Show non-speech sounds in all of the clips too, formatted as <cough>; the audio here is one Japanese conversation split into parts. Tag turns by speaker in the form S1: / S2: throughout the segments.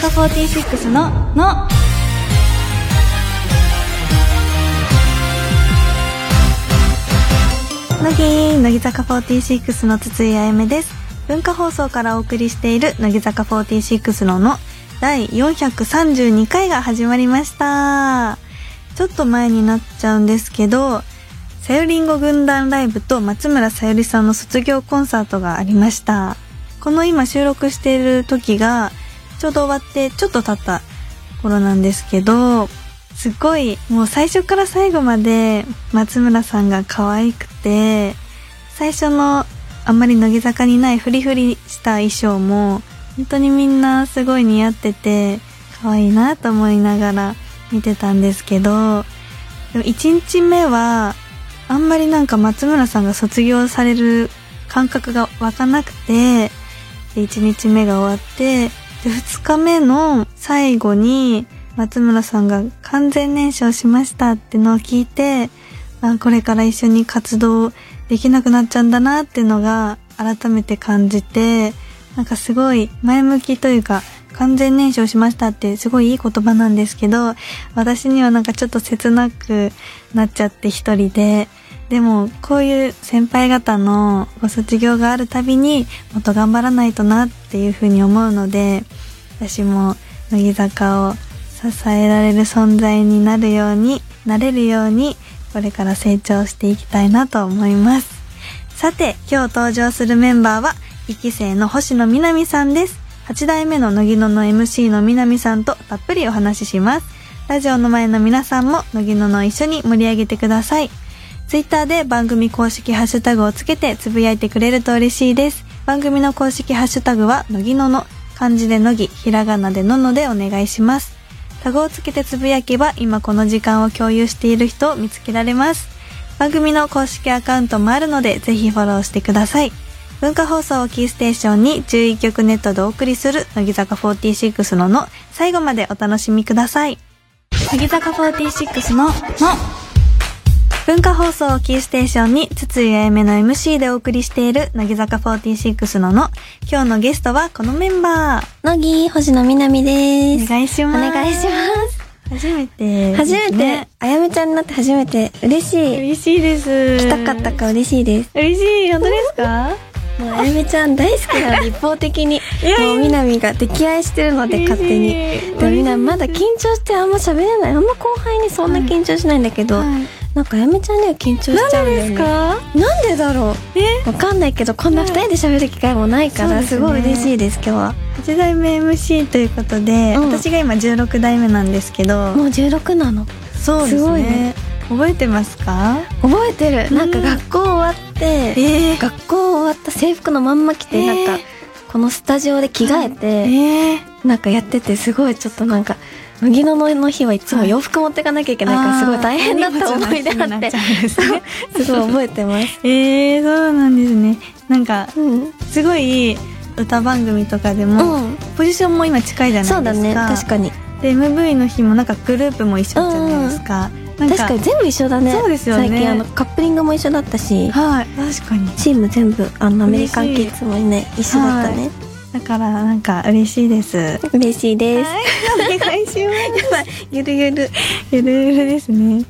S1: カ46の「の」乃木乃木坂46の筒井あやめです文化放送からお送りしている乃木坂46の「の」第432回が始まりましたちょっと前になっちゃうんですけどさゆりんご軍団ライブと松村さゆりさんの卒業コンサートがありましたこの今収録している時がちょうど終わってちょっと経った頃なんですけどすごいもう最初から最後まで松村さんが可愛くて最初のあんまり乃木坂にないフリフリした衣装も本当にみんなすごい似合ってて可愛いなと思いながら見てたんですけどでも1日目はあんまりなんか松村さんが卒業される感覚が湧かなくてで1日目が終わってで2日目の最後に松村さんが完全燃焼しましたってのを聞いてあこれから一緒に活動できなくなっちゃうんだなってのが改めて感じてなんかすごい前向きというか完全燃焼しましたってすごいいい言葉なんですけど私にはなんかちょっと切なくなっちゃって一人ででもこういう先輩方のご卒業があるたびにもっと頑張らないとなっていうふうに思うので私も乃木坂を支えられる存在になるようになれるようにこれから成長していきたいなと思いますさて今日登場するメンバーは1期生の星野みなみさんです8代目の乃木野の MC のみなみさんとたっぷりお話ししますラジオの前の皆さんも乃木野の一緒に盛り上げてくださいツイッターで番組公式ハッシュタグをつけてつぶやいてくれると嬉しいです。番組の公式ハッシュタグは、のぎのの、漢字でのぎ、ひらがなでののでお願いします。タグをつけてつぶやけば、今この時間を共有している人を見つけられます。番組の公式アカウントもあるので、ぜひフォローしてください。文化放送をキーステーションに11曲ネットでお送りする、乃木坂46のの、最後までお楽しみください。乃木坂46のの、文化放送をキーステーションに筒井あやめの MC でお送りしている乃木坂46のの今日のゲストはこのメンバー
S2: 乃木星野みな
S1: お
S2: みです。
S1: 願いし
S2: お
S1: ます
S2: 願いします。
S1: 初めて
S2: 初めて
S1: ね、
S2: あやめちゃんになって初めて、嬉しい。
S1: 嬉しいです
S2: 来たかったか嬉しいです。
S1: 嬉しい本当ですか
S2: もうあやめちゃん大好き <laughs> なので、一方的に。
S1: やいや
S2: もうみなみが溺愛してるので、勝手に。
S1: 嬉しい
S2: でもみんなまだ緊張してあんま喋れない。あんま後輩にそんな緊張しないんだけど、
S1: はい
S2: なんかあやめちゃんには緊張しちゃうんだよね。
S1: か
S2: なんでだろう
S1: ね
S2: わかんないけど、こんな二人で喋る機会もないか
S1: そう
S2: ら、
S1: です
S2: す
S1: ね
S2: ごい嬉しいです、今日は。
S1: 8代目 MC ということで、
S2: うん
S1: 私が今16代目なんですけど
S2: もう16なの。
S1: そうですね
S2: すごいね
S1: 覚えてますか
S2: 覚えてる。なん
S1: う
S2: か
S1: ん
S2: 学校終わって、
S1: えー、
S2: 学校終わった制服のまんま着て、
S1: えー
S2: なんかこのスタジオで着替え
S1: え
S2: て、
S1: ー、
S2: なんかやっててすごいちょっとなんか麦野のの日はいつも洋服持ってかなきゃいけないからすごい大変だった思い出あってそうすごい覚えてます。
S1: えー、そうなんですねなんか
S2: うん、
S1: すごい歌番組とかでも、
S2: うん、
S1: ポジションも今近いじゃないですか
S2: そうだね確かに
S1: で MV の日もなんかグループも一緒じゃないですか、なん
S2: 確かに全部一緒だね
S1: そうですよね
S2: 最近あのカップリングも一緒だったし
S1: はい確かに
S2: チーム全部あのアメリカン
S1: 嬉し
S2: キ
S1: い
S2: ッズもね一緒だったね
S1: だからなんか嬉しいです
S2: 嬉しいです
S1: はいお願いします
S2: やばいゆるゆる
S1: ゆるゆるですね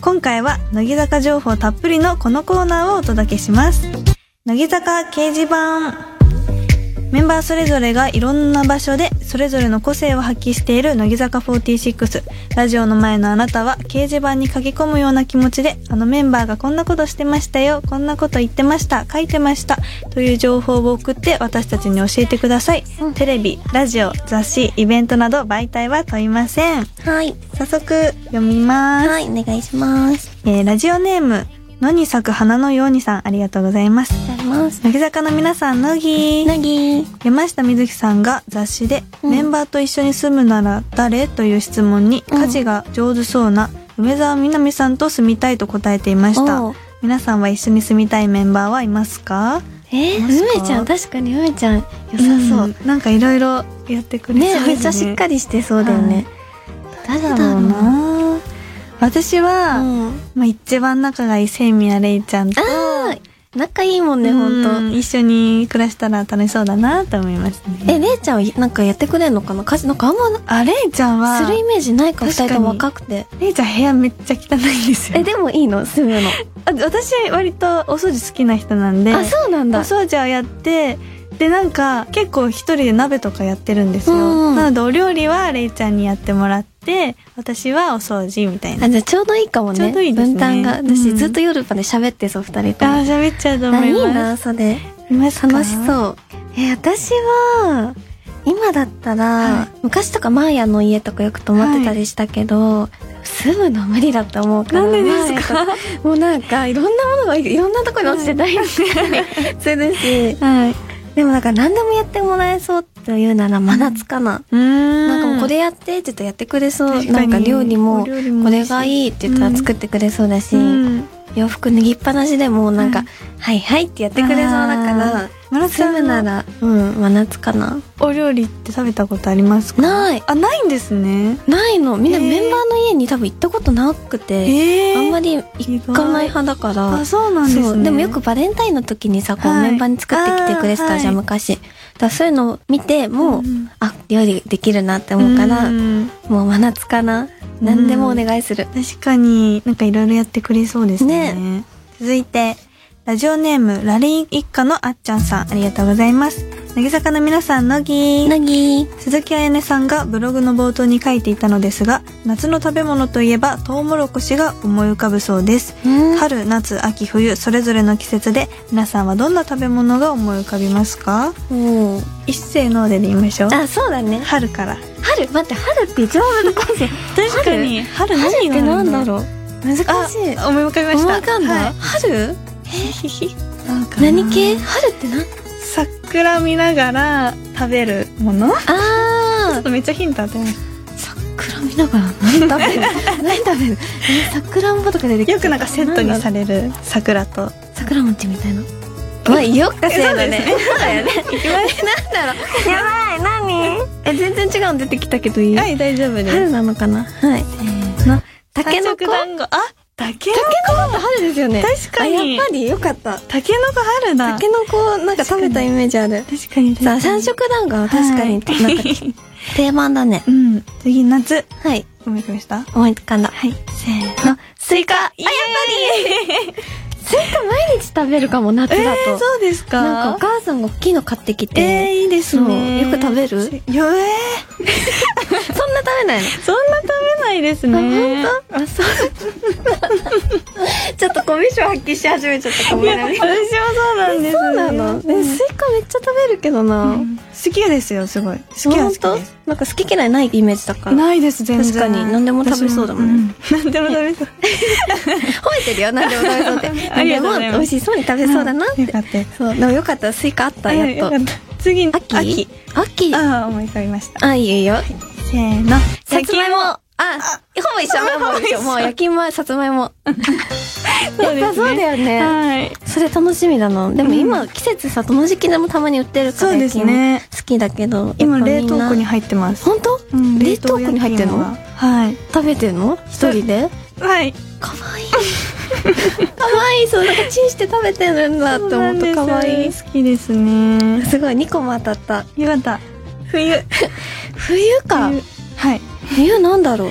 S1: 今回は乃木坂情報たっぷりのこのコーナーをお届けします乃木坂掲示板メンバーそれぞれがいろんな場所でそれぞれの個性を発揮している乃木坂46ラジオの前のあなたは掲示板に書き込むような気持ちであのメンバーがこんなことしてましたよこんなこと言ってました書いてましたという情報を送って私たちに教えてください、
S2: うん
S1: テレビラジオ雑誌イベントなど媒体は問いません
S2: はい
S1: 早速読みます、
S2: はいお願いします
S1: えーラジオネーム野に咲く花のようにさんありがとうございます
S2: ありがとうございます
S1: 乃木坂の皆さん乃木
S2: なぎ
S1: 山下美月さんが雑誌で、
S2: うん
S1: メンバーと一緒に住むなら誰という質問に
S2: うん
S1: 家事が上手そうな梅澤美波さんと住みたいと答えていました
S2: おう
S1: 皆さんは一緒に住みたいメンバーはいますか
S2: えー、
S1: ますか
S2: 梅ちゃん確かに梅ちゃん良さそう、
S1: んなんかいろいろやってくれ
S2: ね
S1: そうですね
S2: めっちゃしっかりしてそうだよね、誰
S1: だ
S2: だ
S1: ろ
S2: ろ
S1: う
S2: うな
S1: な私は、
S2: うん、
S1: まあ、一番仲がいいセミアレイちゃんと
S2: あー仲いいもんね本
S1: 当一緒に暮らしたら楽しそうだなと思います
S2: 当え
S1: ね
S2: れいちゃんはなんかやってくれんのかな家事なんかあんまな
S1: あれいちゃんは
S2: するイメージないから
S1: 確かに
S2: 2人とも若くて
S1: れいちゃん部屋めっちゃ汚いんですよ
S2: えでもいいの住むの
S1: あ私割とお掃除好きな人なんで
S2: あそうなん
S1: お
S2: だ
S1: 掃除をやってでなんか結構一人で鍋とかやってるんですよ、
S2: うん
S1: なのでお料理はれいちゃんにやってもらって私はお掃除みたいな
S2: あじゃあちょうどいいかもね
S1: ちょうどいいですね
S2: 分担が
S1: う
S2: 私
S1: ん
S2: ずっと夜まで喋ってそう2人と
S1: あ
S2: も
S1: ー喋っちゃうと思
S2: あ
S1: い
S2: い
S1: ます
S2: いなそれ
S1: いますか
S2: 楽しそうえ私は今だったら、
S1: は
S2: 昔とかマーヤの家とかよく泊まってたりしたけど、住むの無理だと思うから
S1: なんでです
S2: マ
S1: か
S2: ーヤともうなんかい <laughs> ろんなものがいいろんなとこに落ちてたりす <laughs> るし
S1: はい
S2: でもなんか何でもやってもらえそうっていうなら真夏かな、
S1: うーん
S2: なんかもうこれやってって言ったらやってくれそう
S1: 確
S2: な
S1: かに
S2: んか料理も
S1: お料理も
S2: これがいいって言ったら作ってくれそうだし、
S1: うん
S2: 洋服脱ぎっぱなしでもなんか、
S1: うん
S2: はいはいってやってくれそうだから
S1: マラ
S2: 住
S1: さ
S2: む
S1: ん
S2: なら、うん、真夏かな。
S1: お料理って食べたことありますか
S2: ない。
S1: あないんですね
S2: ないの。みんな
S1: へー
S2: メンバーの家に多分行ったことなくて、
S1: ええ
S2: あんまり行かない派だから
S1: あ。そうなんです
S2: そう。
S1: ね
S2: でもよくバレンタインの時にさ、こう
S1: はい
S2: メンバーに作ってきてくれて
S1: あー
S2: たじゃん、
S1: は
S2: 昔。だからそういうのを見て、もう、
S1: ん
S2: あ、料理できるなって思うから、
S1: ん
S2: もう真夏かな。何でもお願いする。
S1: 確かになんかいろいろやってくれそうですね続いてラジオネームラリー一家のあっちゃんさんありがとうございます乃木坂の皆さん乃木
S2: なぎ
S1: 鈴木彩音さんがブログの冒頭に書いていたのですが夏の食べ物といえばトウモロコシが思い浮かぶそうです
S2: うん
S1: 春夏秋冬それぞれの季節で皆さんはどんな食べ物が思い浮かびますか
S2: うん
S1: 一斉のでで言いましょう
S2: あ、そうだね。
S1: 春から
S2: 春、待って、春って一番難し <laughs> い。
S1: 確かに春
S2: 春っ
S1: 何が
S2: て
S1: あ
S2: なん
S1: る
S2: だろう。難しい。
S1: あ思い浮かびました
S2: 思い浮かんだ、
S1: はい
S2: 春
S1: なんかな
S2: 何系春ってな
S1: 桜見ながら食べるものちょ
S2: あ
S1: っとめっちゃヒントあってます
S2: ー桜見ながら何食べる何食べるえ桜んぼとか出てきて
S1: よくなんかセットにさ
S2: れ
S1: れる桜と
S2: 桜餅みたいなまあよっかせ
S1: <laughs>
S2: だねそうだよね
S1: いきます
S2: なんだろうやばい何え全然違うの出てきたけどいい、
S1: はい大丈夫です
S2: 春なのかなはい
S1: の
S2: たけのこ
S1: 三色団子あたけの
S2: たけのこって春ですよね
S1: 確かに
S2: あやっぱりよかった
S1: たけのこ春だ
S2: たけのこなんか食べたイメージある
S1: 確かに確
S2: さ
S1: か
S2: あ
S1: に
S2: 三色団子は確かに、
S1: はい
S2: なんか定番だね
S1: うん次夏
S2: はい
S1: ごめんなさいした
S2: 思いつかんだ。はい。
S1: せー
S2: の、スイカ。あ、やっぱりスイカ毎日食べるかも、夏だと。
S1: えーそうですか
S2: なんかお母さんが大きいの買ってきて。
S1: えーいいですね
S2: そうよく食べる
S1: よえ
S2: そんな食べないの
S1: ーそんな食べないですね
S2: あ、本当あ、そう。ちょっとコミュ障発揮し始めちゃったかも
S1: いや
S2: ね
S1: 私。もそうなんです
S2: そうなの、ね、スイカめっちゃ食べるけどな。
S1: 好きですよすごい好きは好き
S2: 本
S1: です
S2: 当なんか好き嫌いないイメージだから。
S1: ないです全然
S2: 確かに何でも食べそうだもんね
S1: 私もうん何でも食べ <laughs> そう
S2: 吠えてるよ、何でも食べそう <laughs> って。
S1: ありがとうございます
S2: でも美味しそうに食べそうだなって。
S1: よかったよ
S2: そう、でもよかった、スイカあった、
S1: はい
S2: やっ <laughs> と
S1: よ。かった次
S2: 秋
S1: 秋
S2: 秋
S1: ああ思い浮かびました
S2: あ、いいよ。
S1: せーの
S2: さつまいも。あ、ほぼ一緒。
S1: ほぼ
S2: ほぼ
S1: 一
S2: 一
S1: 緒
S2: 緒。もう焼き芋、さつまいも。
S1: そうで
S2: やっぱ
S1: す
S2: そうだ
S1: ね
S2: よね。
S1: はい
S2: それ楽しみだな。でも
S1: う
S2: 今、季節さ、どの時期でもたまに売ってるから。
S1: そうですね
S2: 焼き芋好きだけど。
S1: 今
S2: やっぱみ
S1: 冷
S2: ん
S1: 凍
S2: な
S1: 庫に。入ってます
S2: 本当
S1: うん
S2: 冷凍庫に入ってんの
S1: 冷凍焼き芋がはい
S2: 食べてんの一人 <laughs> で
S1: はい
S2: かわいい。かわいい。そう、なんかチンして食べてるんだって思うとかわいい。
S1: 好きですね
S2: すごい、2個も当たった。
S1: よかった冬
S2: 冬か。
S1: 冬はい
S2: 冬なんだろう。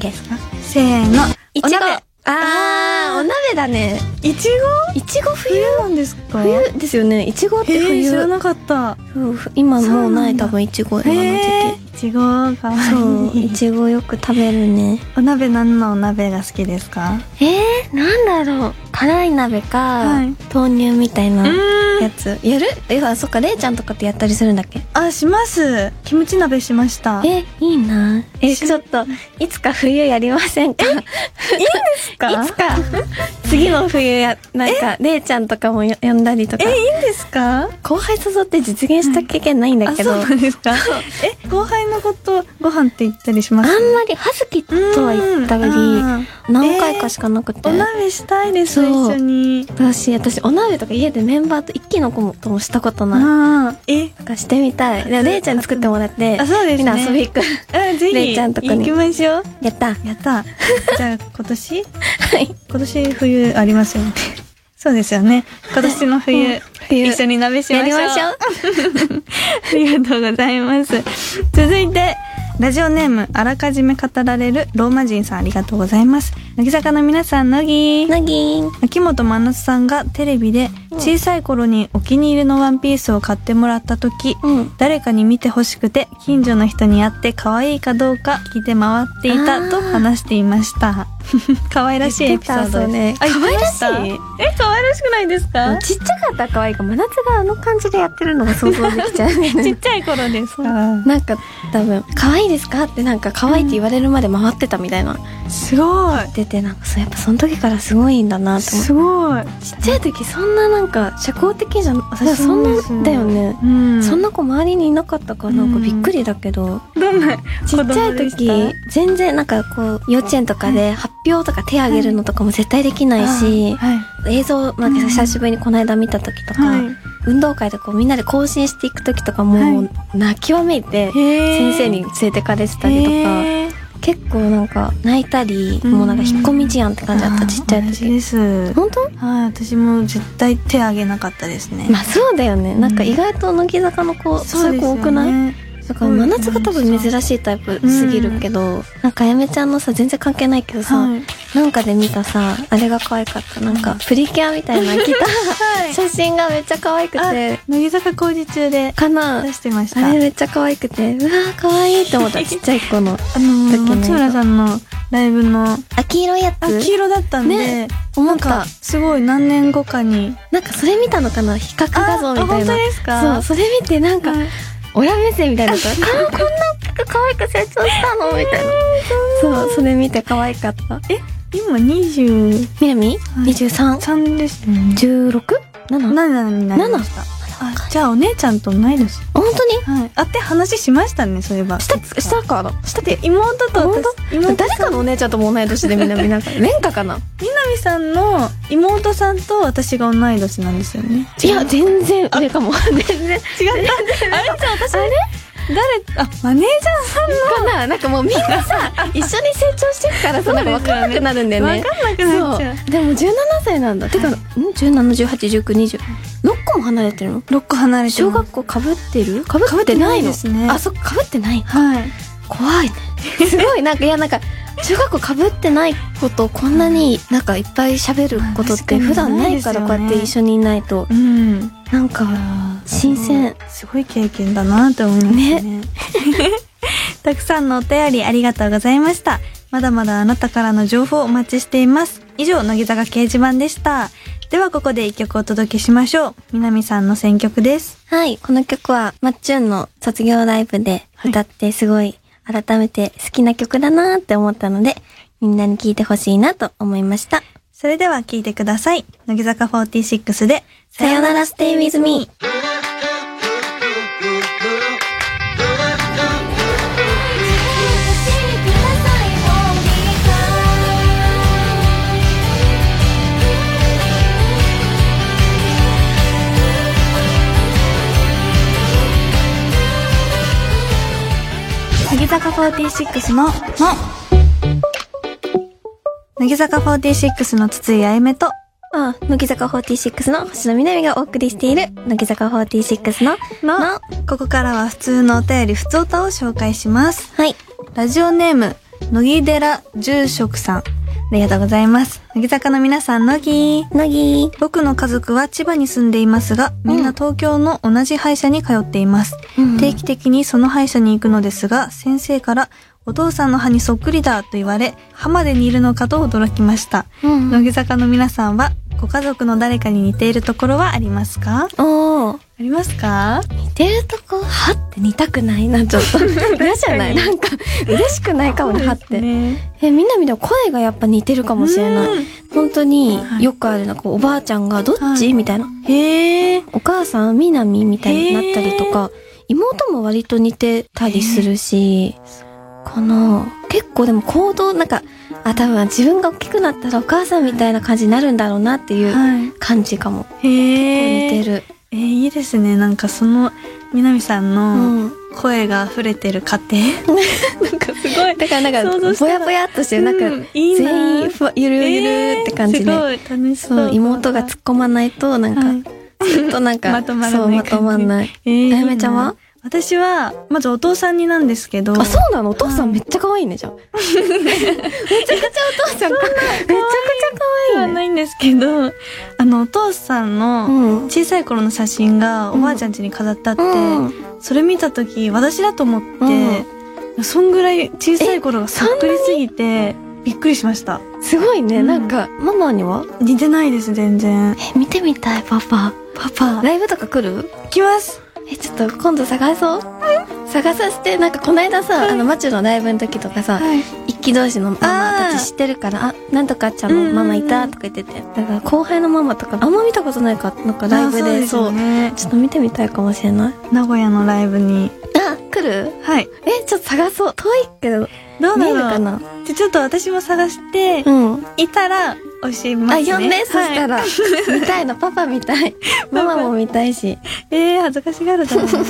S1: せーの
S2: い
S1: お
S2: ちご。
S1: 鍋
S2: あー、お鍋だね。
S1: いち
S2: いちご
S1: ご
S2: 冬
S1: 冬なんですか
S2: 冬ですよね。いちごって
S1: えー、知ら
S2: 冬。
S1: なかった
S2: そうふ今もうな
S1: そうなん
S2: い
S1: だ
S2: 多分いちご今の
S1: へえ
S2: 時
S1: いちごかわ
S2: 期。そう、
S1: い
S2: い
S1: <laughs> い
S2: ちごよく食べるね。
S1: お鍋何のお鍋が好きですか
S2: えー、なんだろう。辛い鍋か、
S1: はい
S2: 豆乳みたいな
S1: ー
S2: やつ。やるえ、あ、そっか、れいちゃんとかってやったりするんだっけ
S1: あしますキムチ鍋しましたいいんで
S2: え、いいなえ、
S1: し
S2: ちょっと、いつか冬やりませんかい
S1: す
S2: つか、 <laughs> 次の冬や、なんか、れいちゃんとかもよ呼んだりとか
S1: え。いいんですか
S2: 後輩誘って実現した経験ないんだ
S1: あ
S2: け
S1: そう
S2: ど、
S1: なんですかえ後輩のことご飯って言ったりしま
S2: あん
S1: す
S2: まり、はずきとは言ったり、
S1: うんあ
S2: 何回かしかなくて。
S1: ーお鍋したいです
S2: そう
S1: 一緒に
S2: 私、私、お鍋とか家でメンバーと一気の子もともしたことない。なん
S1: あーえ
S2: かしてみたい。で、れいちゃんに作ってもらって
S1: あ、そうで
S2: み
S1: す
S2: んな
S1: ね
S2: 遊び行く。
S1: <laughs> うんぜ
S2: れ
S1: ひ
S2: いちゃんとこに
S1: 行きましょう <laughs>
S2: やった。は
S1: やったじゃあ今年
S2: い。
S1: 今年冬ありますよね <laughs> そうですよね。今年の冬、
S2: うん冬
S1: 一緒に鍋しま
S2: や
S1: しょう。
S2: りましょ
S1: <laughs>
S2: う
S1: ありがとうございます。続いて、ラジオネーム、あらかじめ語られるローマ人さんありがとうございます。乃木坂の皆さん、乃木
S2: なぎん
S1: 秋元真夏さんがテレビで
S2: うん
S1: 小さい頃にお気に入りのワンピースを買ってもらった時、
S2: うん
S1: 誰かに見てほしくて近所の人に会って可愛いかどうか聞いて回ってい
S2: あ
S1: た
S2: ー
S1: と話していました <laughs> 可愛らしいエピソードです
S2: 言ってたそう
S1: あ言っ
S2: ね
S1: てまた
S2: 可愛らしい
S1: え可愛らしくないですか
S2: ちっちゃかったら可愛いか真夏があの感じでやってるのが想像でき
S1: <laughs>
S2: ちゃうね
S1: ちっちゃい頃ですか
S2: なんか多分「可愛いですか?」ってなんか可愛いって言われるまで回ってたみたいな
S1: すごい
S2: 出てなんかそうやっぱその時からすごいんだなと思って
S1: すごい
S2: ちっちゃい時そんななんか社交的じゃん私そ
S1: そうです
S2: んなだよね
S1: うん
S2: そんな子周りにいなかったからなんか
S1: うん
S2: びっくりだけど、
S1: どんな子
S2: ちっちゃい
S1: 供でした
S2: 時全然なんかこう幼稚園とかで発表とか手挙げるのとかも絶対できないし、
S1: はい
S2: 映像なんか
S1: うん
S2: 久しぶりにこの間見た時とか、
S1: は
S2: 運動会でこうみんなで更新していく時とか
S1: は
S2: も
S1: いう
S2: 泣きわめい
S1: い
S2: て
S1: へー
S2: 先生に連れてかれてたりとか
S1: へー
S2: 結構なんか泣いたり
S1: うん
S2: もうなんか引っ込み思案って感じだった
S1: あー
S2: ちっちゃい
S1: 同じ
S2: 時
S1: です
S2: 本当
S1: はい、私も絶対手あげなかったですね。
S2: まあそうだよねなんか意外と乃木坂の子そういう子多くない
S1: い
S2: だから真夏が多分珍しいタイプすぎるけど、なんかあやめちゃんのさ全然関係ないけどさ、
S1: はい。
S2: なんかで見たさあれが可愛かったなんかプリキュアみたいな着 <laughs> た写真がめっちゃ可愛くて
S1: あ、乃木坂工事中で
S2: かな
S1: 出してました。
S2: あれ
S1: あ
S2: めっちゃ可愛くてうわー可愛いって思ったちっちゃい子の
S1: の
S2: 時の
S1: ー、松村さんのライブの、
S2: あ黄色いや
S1: あ、
S2: つ
S1: 黄色だったんで
S2: ね、
S1: な
S2: 思
S1: ん
S2: っ
S1: か、
S2: た
S1: すごい何年後かに。
S2: なんかそれ見たのかな比較
S1: あ
S2: 画像みた
S1: あ
S2: い
S1: 本当
S2: な
S1: です
S2: そ
S1: か
S2: うそれ見てなんか
S1: はい
S2: 親目線みたいなのが <laughs> あーこんな可愛く成長したのみたいなそうそれ見て可愛かった
S1: 今23
S2: みなみ
S1: い
S2: 23?16?7?
S1: ですよね。7になりました。あ、じゃあお姉ちゃんと同い年。
S2: 本当に
S1: はい。あって話しましたね、そういえば。
S2: 下下から下
S1: で妹と
S2: 本
S1: 私妹
S2: 誰
S1: さん
S2: かのお姉ちゃんとも同い年でみんなみんな廉価かな
S1: 南さんの妹さんと私が同い年なんですよね
S2: いや全然上かも全
S1: 違
S2: 然
S1: ったあれじゃあ私あれ誰あマネージ
S2: かななんかもうみんな <laughs> さ一緒に成長していくからさなんか分からなくなるんだ
S1: ャー
S2: よ
S1: わ
S2: ね
S1: かんなくな
S2: そ
S1: っちゃう
S2: うでも17歳なんだてかん17181920 6個も離れてるの
S1: 6個離れて
S2: 小
S1: ます
S2: 学校かぶってるかぶってないの
S1: ですね
S2: あそっかかぶってない
S1: はい
S2: 怖いね <laughs> すごいなんかいやなんか中学校かぶってないことこんなになんかいっぱい喋ることっ
S1: 確か
S2: て
S1: に
S2: 普段ないから
S1: ない
S2: こう
S1: ですよね
S2: やって一緒にいないと
S1: うん
S2: なんか新鮮
S1: すごい経験だなって思いますね <laughs> たくさんのお便りありがとうございましたまだまだあなたからの情報をお待ちしています以上乃木坂掲示板でしたではここで一曲お届けしましょう南さんの選曲です
S2: はいこの曲はまっちゅんの卒業ライブで歌ってすごい改めて好きな曲だなって思ったのでみんなに聴いてほしいなと思いました
S1: それでは聞いてください。乃木坂46で、
S2: さよなら Stay with me
S1: 乃木坂46の、の。乃木坂46の筒井あゆめと、
S2: あ乃木坂46の星野みなみがお送りしている乃木坂46の
S1: の
S2: の
S1: ここからは普通のお便り、普通歌を紹介します。
S2: はい
S1: ラジオネーム、乃木寺住職さん。ありがとうございます。乃木坂の皆さん、乃木。
S2: 乃木
S1: 僕の家族は千葉に住んでいますが、みんな東京の同じ歯医者に通っています。定期的にその歯医者に行くのですが、先生から、お父さんの歯にそっくりだと言われ、歯まで似るのかと驚きました。乃木坂の皆さんは、ご家族の誰かに似ているところはありますかあ
S2: おお
S1: りますか
S2: 似てるとこ歯って似たくないなちょ <laughs> っと嫌じゃないなんか嬉しくないかもね歯って、
S1: ね。
S2: えみなみでも声がやっぱ似てるかもしれない
S1: うん
S2: 本当に
S1: はい
S2: よくあるなんかおばあちゃんがどっち、
S1: はい
S2: みたいな
S1: へえ。
S2: お母さんみなみみたいになったりとか妹も割と似てたりするしこの結構でも行動なんかあ多分自分が大きくなったらお母さんみたいな感じになるんだろうなっていう
S1: は
S2: 感じかも、
S1: い。へ
S2: 似
S1: え。
S2: てる
S1: えーいいですね。なんかその、南さん
S2: う
S1: の
S2: ん。
S1: 声が溢れてる家庭、なんかすごい
S2: <laughs> だからなん
S1: 想
S2: か
S1: 像、した
S2: ぼ
S1: ら
S2: やぼやっとしてる、なんか、
S1: うんいいな
S2: 全員ふわ、ゆるゆるって感じで。
S1: えーすごい楽しそう
S2: そう、妹が突っ込まないと、なんか、
S1: はい
S2: ずっとなん
S1: <laughs>
S2: か、
S1: まとまらない
S2: そう、まとまんない。
S1: えーいいな
S2: あやめちゃんは
S1: 私はまずお父さんになんですけど
S2: あ、そうなのお父さ
S1: は
S2: ん
S1: い
S2: めっちゃ可愛いね、 <laughs> じゃあ。めちゃくちゃお父さんか、めちゃくち
S1: で
S2: ゃ可
S1: は
S2: 愛いね。
S1: ないんですけどあのお父さんの
S2: うん。
S1: 小さい頃の写真がおばあちゃん家に飾ってあって、
S2: うん。
S1: それ見た時私だと思って、そんぐらい小さい頃がそっくりすぎてびっくりしました
S2: すごい
S1: う
S2: ね、
S1: ん
S2: なんか、ママには
S1: 似てないです全然
S2: え、見てみたい、パパ。
S1: パパ
S2: ライブとか来る
S1: 行きます
S2: え、ちょっと今度探そう。探させて、なんかこないださ、あの、マチュのライブの時とかさ、
S1: はい
S2: 一期同士のママたち知ってるから、あ、なんとかちゃんのママいたとか言ってて。だから後輩のママとか、あんま見たことないから、なんかライブで、
S1: そ
S2: そうう。
S1: ね
S2: ちょっと見てみたいかもしれない。
S1: 名古屋のライブに
S2: あ、来る
S1: はい
S2: え、ちょっと探そう。遠いけど、
S1: どう
S2: 見
S1: な
S2: え
S1: の
S2: るかな
S1: でちょっと私も探して
S2: うん。
S1: いたら教えます
S2: あ、
S1: ね
S2: 呼んで、そした
S1: はい <laughs>
S2: ら。見たいの、パパ見たい。ママも見たいし。
S1: えー、恥ずかしがるだろうな <laughs>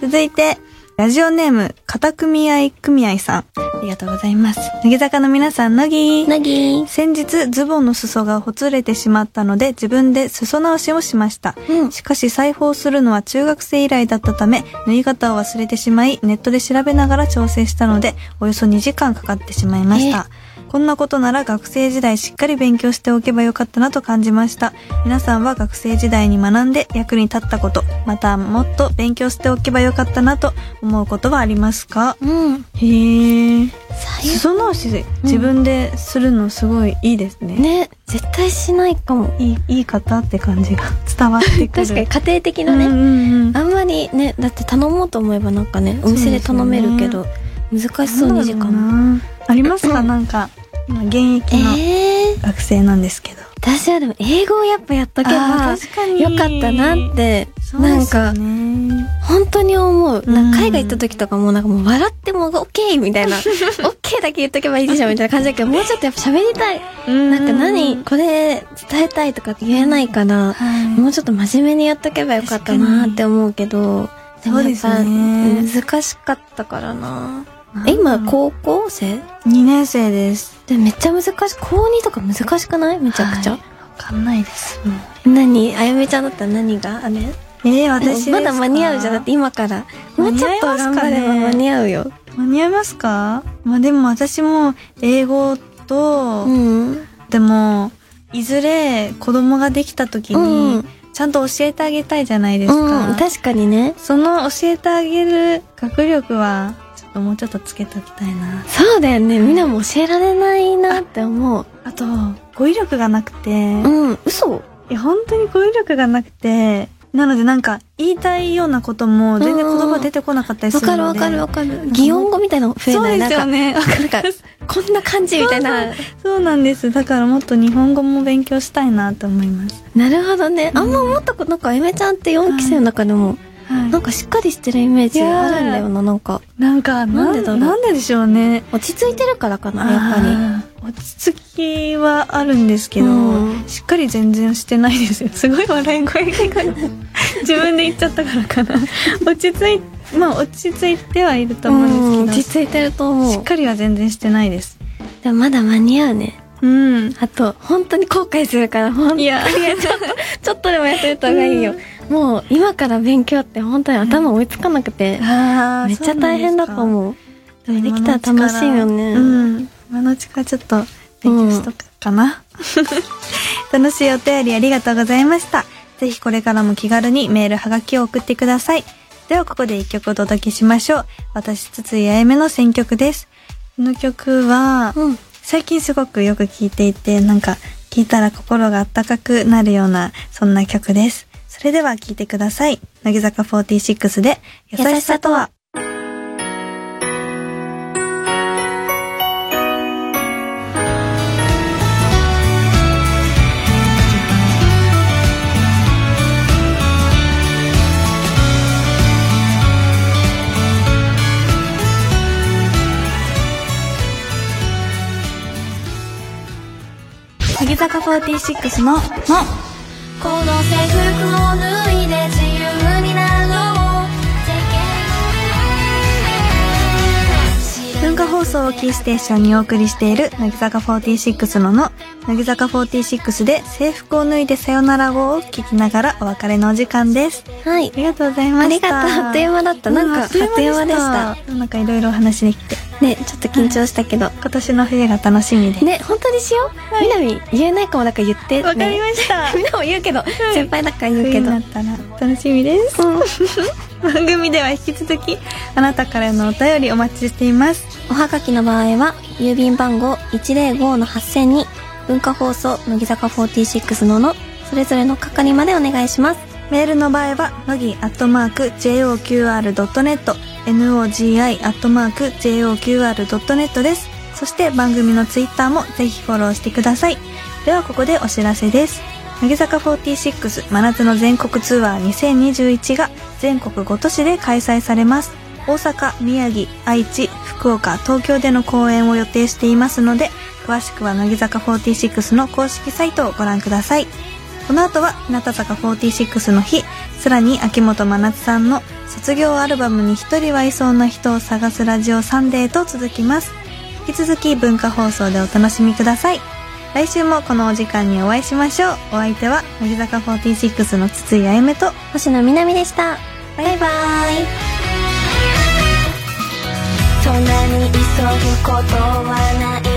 S1: 続いてラジオネーム片組合組合さんありがとうございます乃木坂の皆さん乃木
S2: なぎ
S1: 先日ズボンの裾がほつれてしまったので自分で裾直しをしました
S2: うん。
S1: しかし裁縫するのは中学生以来だったため縫い方を忘れてしまいネットで調べながら調整したのでおよそ2時間かかってしまいましたこんなことなら学生時代しっかり勉強しておけばよかったなと感じました皆さんは学生時代に学んで役に立ったことまたもっと勉強しておけばよかったなと思うことはありますか
S2: うん。
S1: へえ
S2: 最
S1: 裾直し自分でするのすごいいいですね、
S2: ね、絶対しないかも。
S1: いいいい方って感じが伝わってくる
S2: <laughs> 確かに家庭的な
S1: うん
S2: ね。
S1: うんうん
S2: あんまりね、だって頼もうと思えばなんかね、お店で頼めるけど、難しそう2時間も。
S1: 間ありますかなんか今現役の
S2: ええー、
S1: 学生なんですけど、
S2: 私はでも英語をやっぱやっとけ
S1: あ
S2: ば
S1: ー、確かに
S2: よかったなって、
S1: そう
S2: な
S1: で
S2: ん
S1: すよ
S2: か、
S1: ね
S2: 本当に思う。なんか
S1: うん
S2: 海外行った時とかもなんかもう笑ってもオッケーみ
S1: <laughs>
S2: たいな、オッケーだけ言っとけばいいでしょみたいな感じだけど、もうちょっとやっぱ喋りたい。
S1: うん
S2: なんか何、これ伝えたいとかって言えないか
S1: は
S2: ら、
S1: い
S2: もうちょっと真面目にやっとけばよかったなって思うけど、
S1: 確かに
S2: もやっぱ
S1: そうです
S2: 難しかったからな。
S1: なんだろ
S2: え
S1: う
S2: 今、高校生
S1: 2年生です
S2: でめっちゃ難しい。高2とか難しくないめちゃくちゃ。
S1: はいわかんないですもう
S2: 何あやめちゃんだったら何があれ
S1: えー、私ですか
S2: まだ間に合うじゃん。だって今から。もうちょっと頑張れば間に合うよ。
S1: 間に合いますかまあでも私も英語と、
S2: うん。
S1: でもいずれ子供ができた時
S2: う
S1: に
S2: ん
S1: ちゃんと教えてあげたいじゃないですか、
S2: うん、確かにね。
S1: その教えてあげる学力はちょっともうちょっとつけときたいな
S2: そうだよね。みんなも教えられないなって思う。
S1: あと語彙力がなくて、い
S2: うん、嘘
S1: や本当に語彙力がなくてなのでなんか言いたいようなことも全然言葉出てこなかったり
S2: わ
S1: するの
S2: か
S1: で
S2: るわかるわかる。擬音語みたいなの増え
S1: そう
S2: ない
S1: で
S2: なん
S1: すよ
S2: か、
S1: ね
S2: なんか、こんな感じみたいな。
S1: そうなんですだからもっと日本語も勉強したいなと思います、
S2: <laughs> なるほどね。あんま思ったこと、なんか、あやめちゃんって4期生の中でも、
S1: はい
S2: なんかしっかりしてるイメージあるんだよな、なんか。
S1: なんか
S2: なんでだろう
S1: なんででしょうね
S2: 落ち着いてるからかな、やっぱり。
S1: ぱり落ち着きはあるんですけど、
S2: うん
S1: しっかり全然してないです <laughs> よすごい笑い声 <laughs> が自分で言っちゃったからかな落ち着いまあ落ち着いてはいると思うん
S2: 落
S1: です
S2: ち着いてる
S1: け
S2: と
S1: ど、
S2: 思
S1: しっ
S2: う。
S1: かりは全然してないです
S2: でもまだ間に合うね。
S1: うん
S2: あと、本当に後悔するから、ほん
S1: い <laughs> や
S2: <laughs> ちょっとでもやっといた方がいいよ。もう、今から勉強って本当に頭追いつかなくて、
S1: あー
S2: めっちゃ大変だと
S1: う
S2: 思う。
S1: で
S2: できたら楽しいよね。
S1: うん今のうちからちょっと勉強しとくか
S2: <laughs>
S1: な、楽しいお便りありがとうございましたぜひこれからも気軽にメールはがきを送ってくださいではここで一曲お届けしましょう私つつやえめの選曲ですこの曲は
S2: うん。
S1: 最近すごくよく聴いていてなんか聴いたら心が温かくなるようなそんな曲ですそれでは聴いてください乃木坂46で優しさとは乃木坂46の「の」
S3: この制服を脱いで自由になろ
S1: 放送をキーステーションにお送りしている乃木坂46のの乃木坂46で制服を脱いでさよならをを聞きながらお別れのお時間です
S2: はい
S1: あ。りがとうございま
S2: あり
S1: した
S2: がとう。あっという間だった。なんか、あっという間でした。
S1: たなんかいろいろお話できて
S2: ね、ちょっと緊張したけど。
S1: 今年の冬が楽しみです
S2: ね、本当にしよう。みなみ、言えないかもだから言って。
S1: わかりま
S2: ね
S1: した
S2: みんなも言うけど、先輩だから言う
S1: 冬
S2: け
S1: に
S2: ど。
S1: なったら楽しみです
S2: うん
S1: <laughs> 番組では引き続きあなたからのお便りお待ちしています
S2: おはがきの場合は、郵便番号105-8000に、文化放送、乃木坂46のの、それぞれの係までお願いします。
S1: メールの場合は、のぎアットマーク JOQR.net、NOGI アットマーク JOQR.net です。そして番組のツイッターもぜひフォローしてください。ではここでお知らせです。乃木坂46真夏の全国ツアー2021が全国5都市で開催されます。大阪、宮城、愛知、福岡、東京での公演を予定していますので、詳しくは乃木坂46の公式サイトをご覧ください。この後は日向坂46の日さらに秋元真夏さんの卒業アルバムに一人はいそうな人を探すラジオサンデーと続きます引き続き文化放送でお楽しみください来週もこのお時間にお会いしましょうお相手は乃木坂46の筒井あゆめと
S2: 星野みなみでした。バイバイ。
S3: そんなに急ぐことはない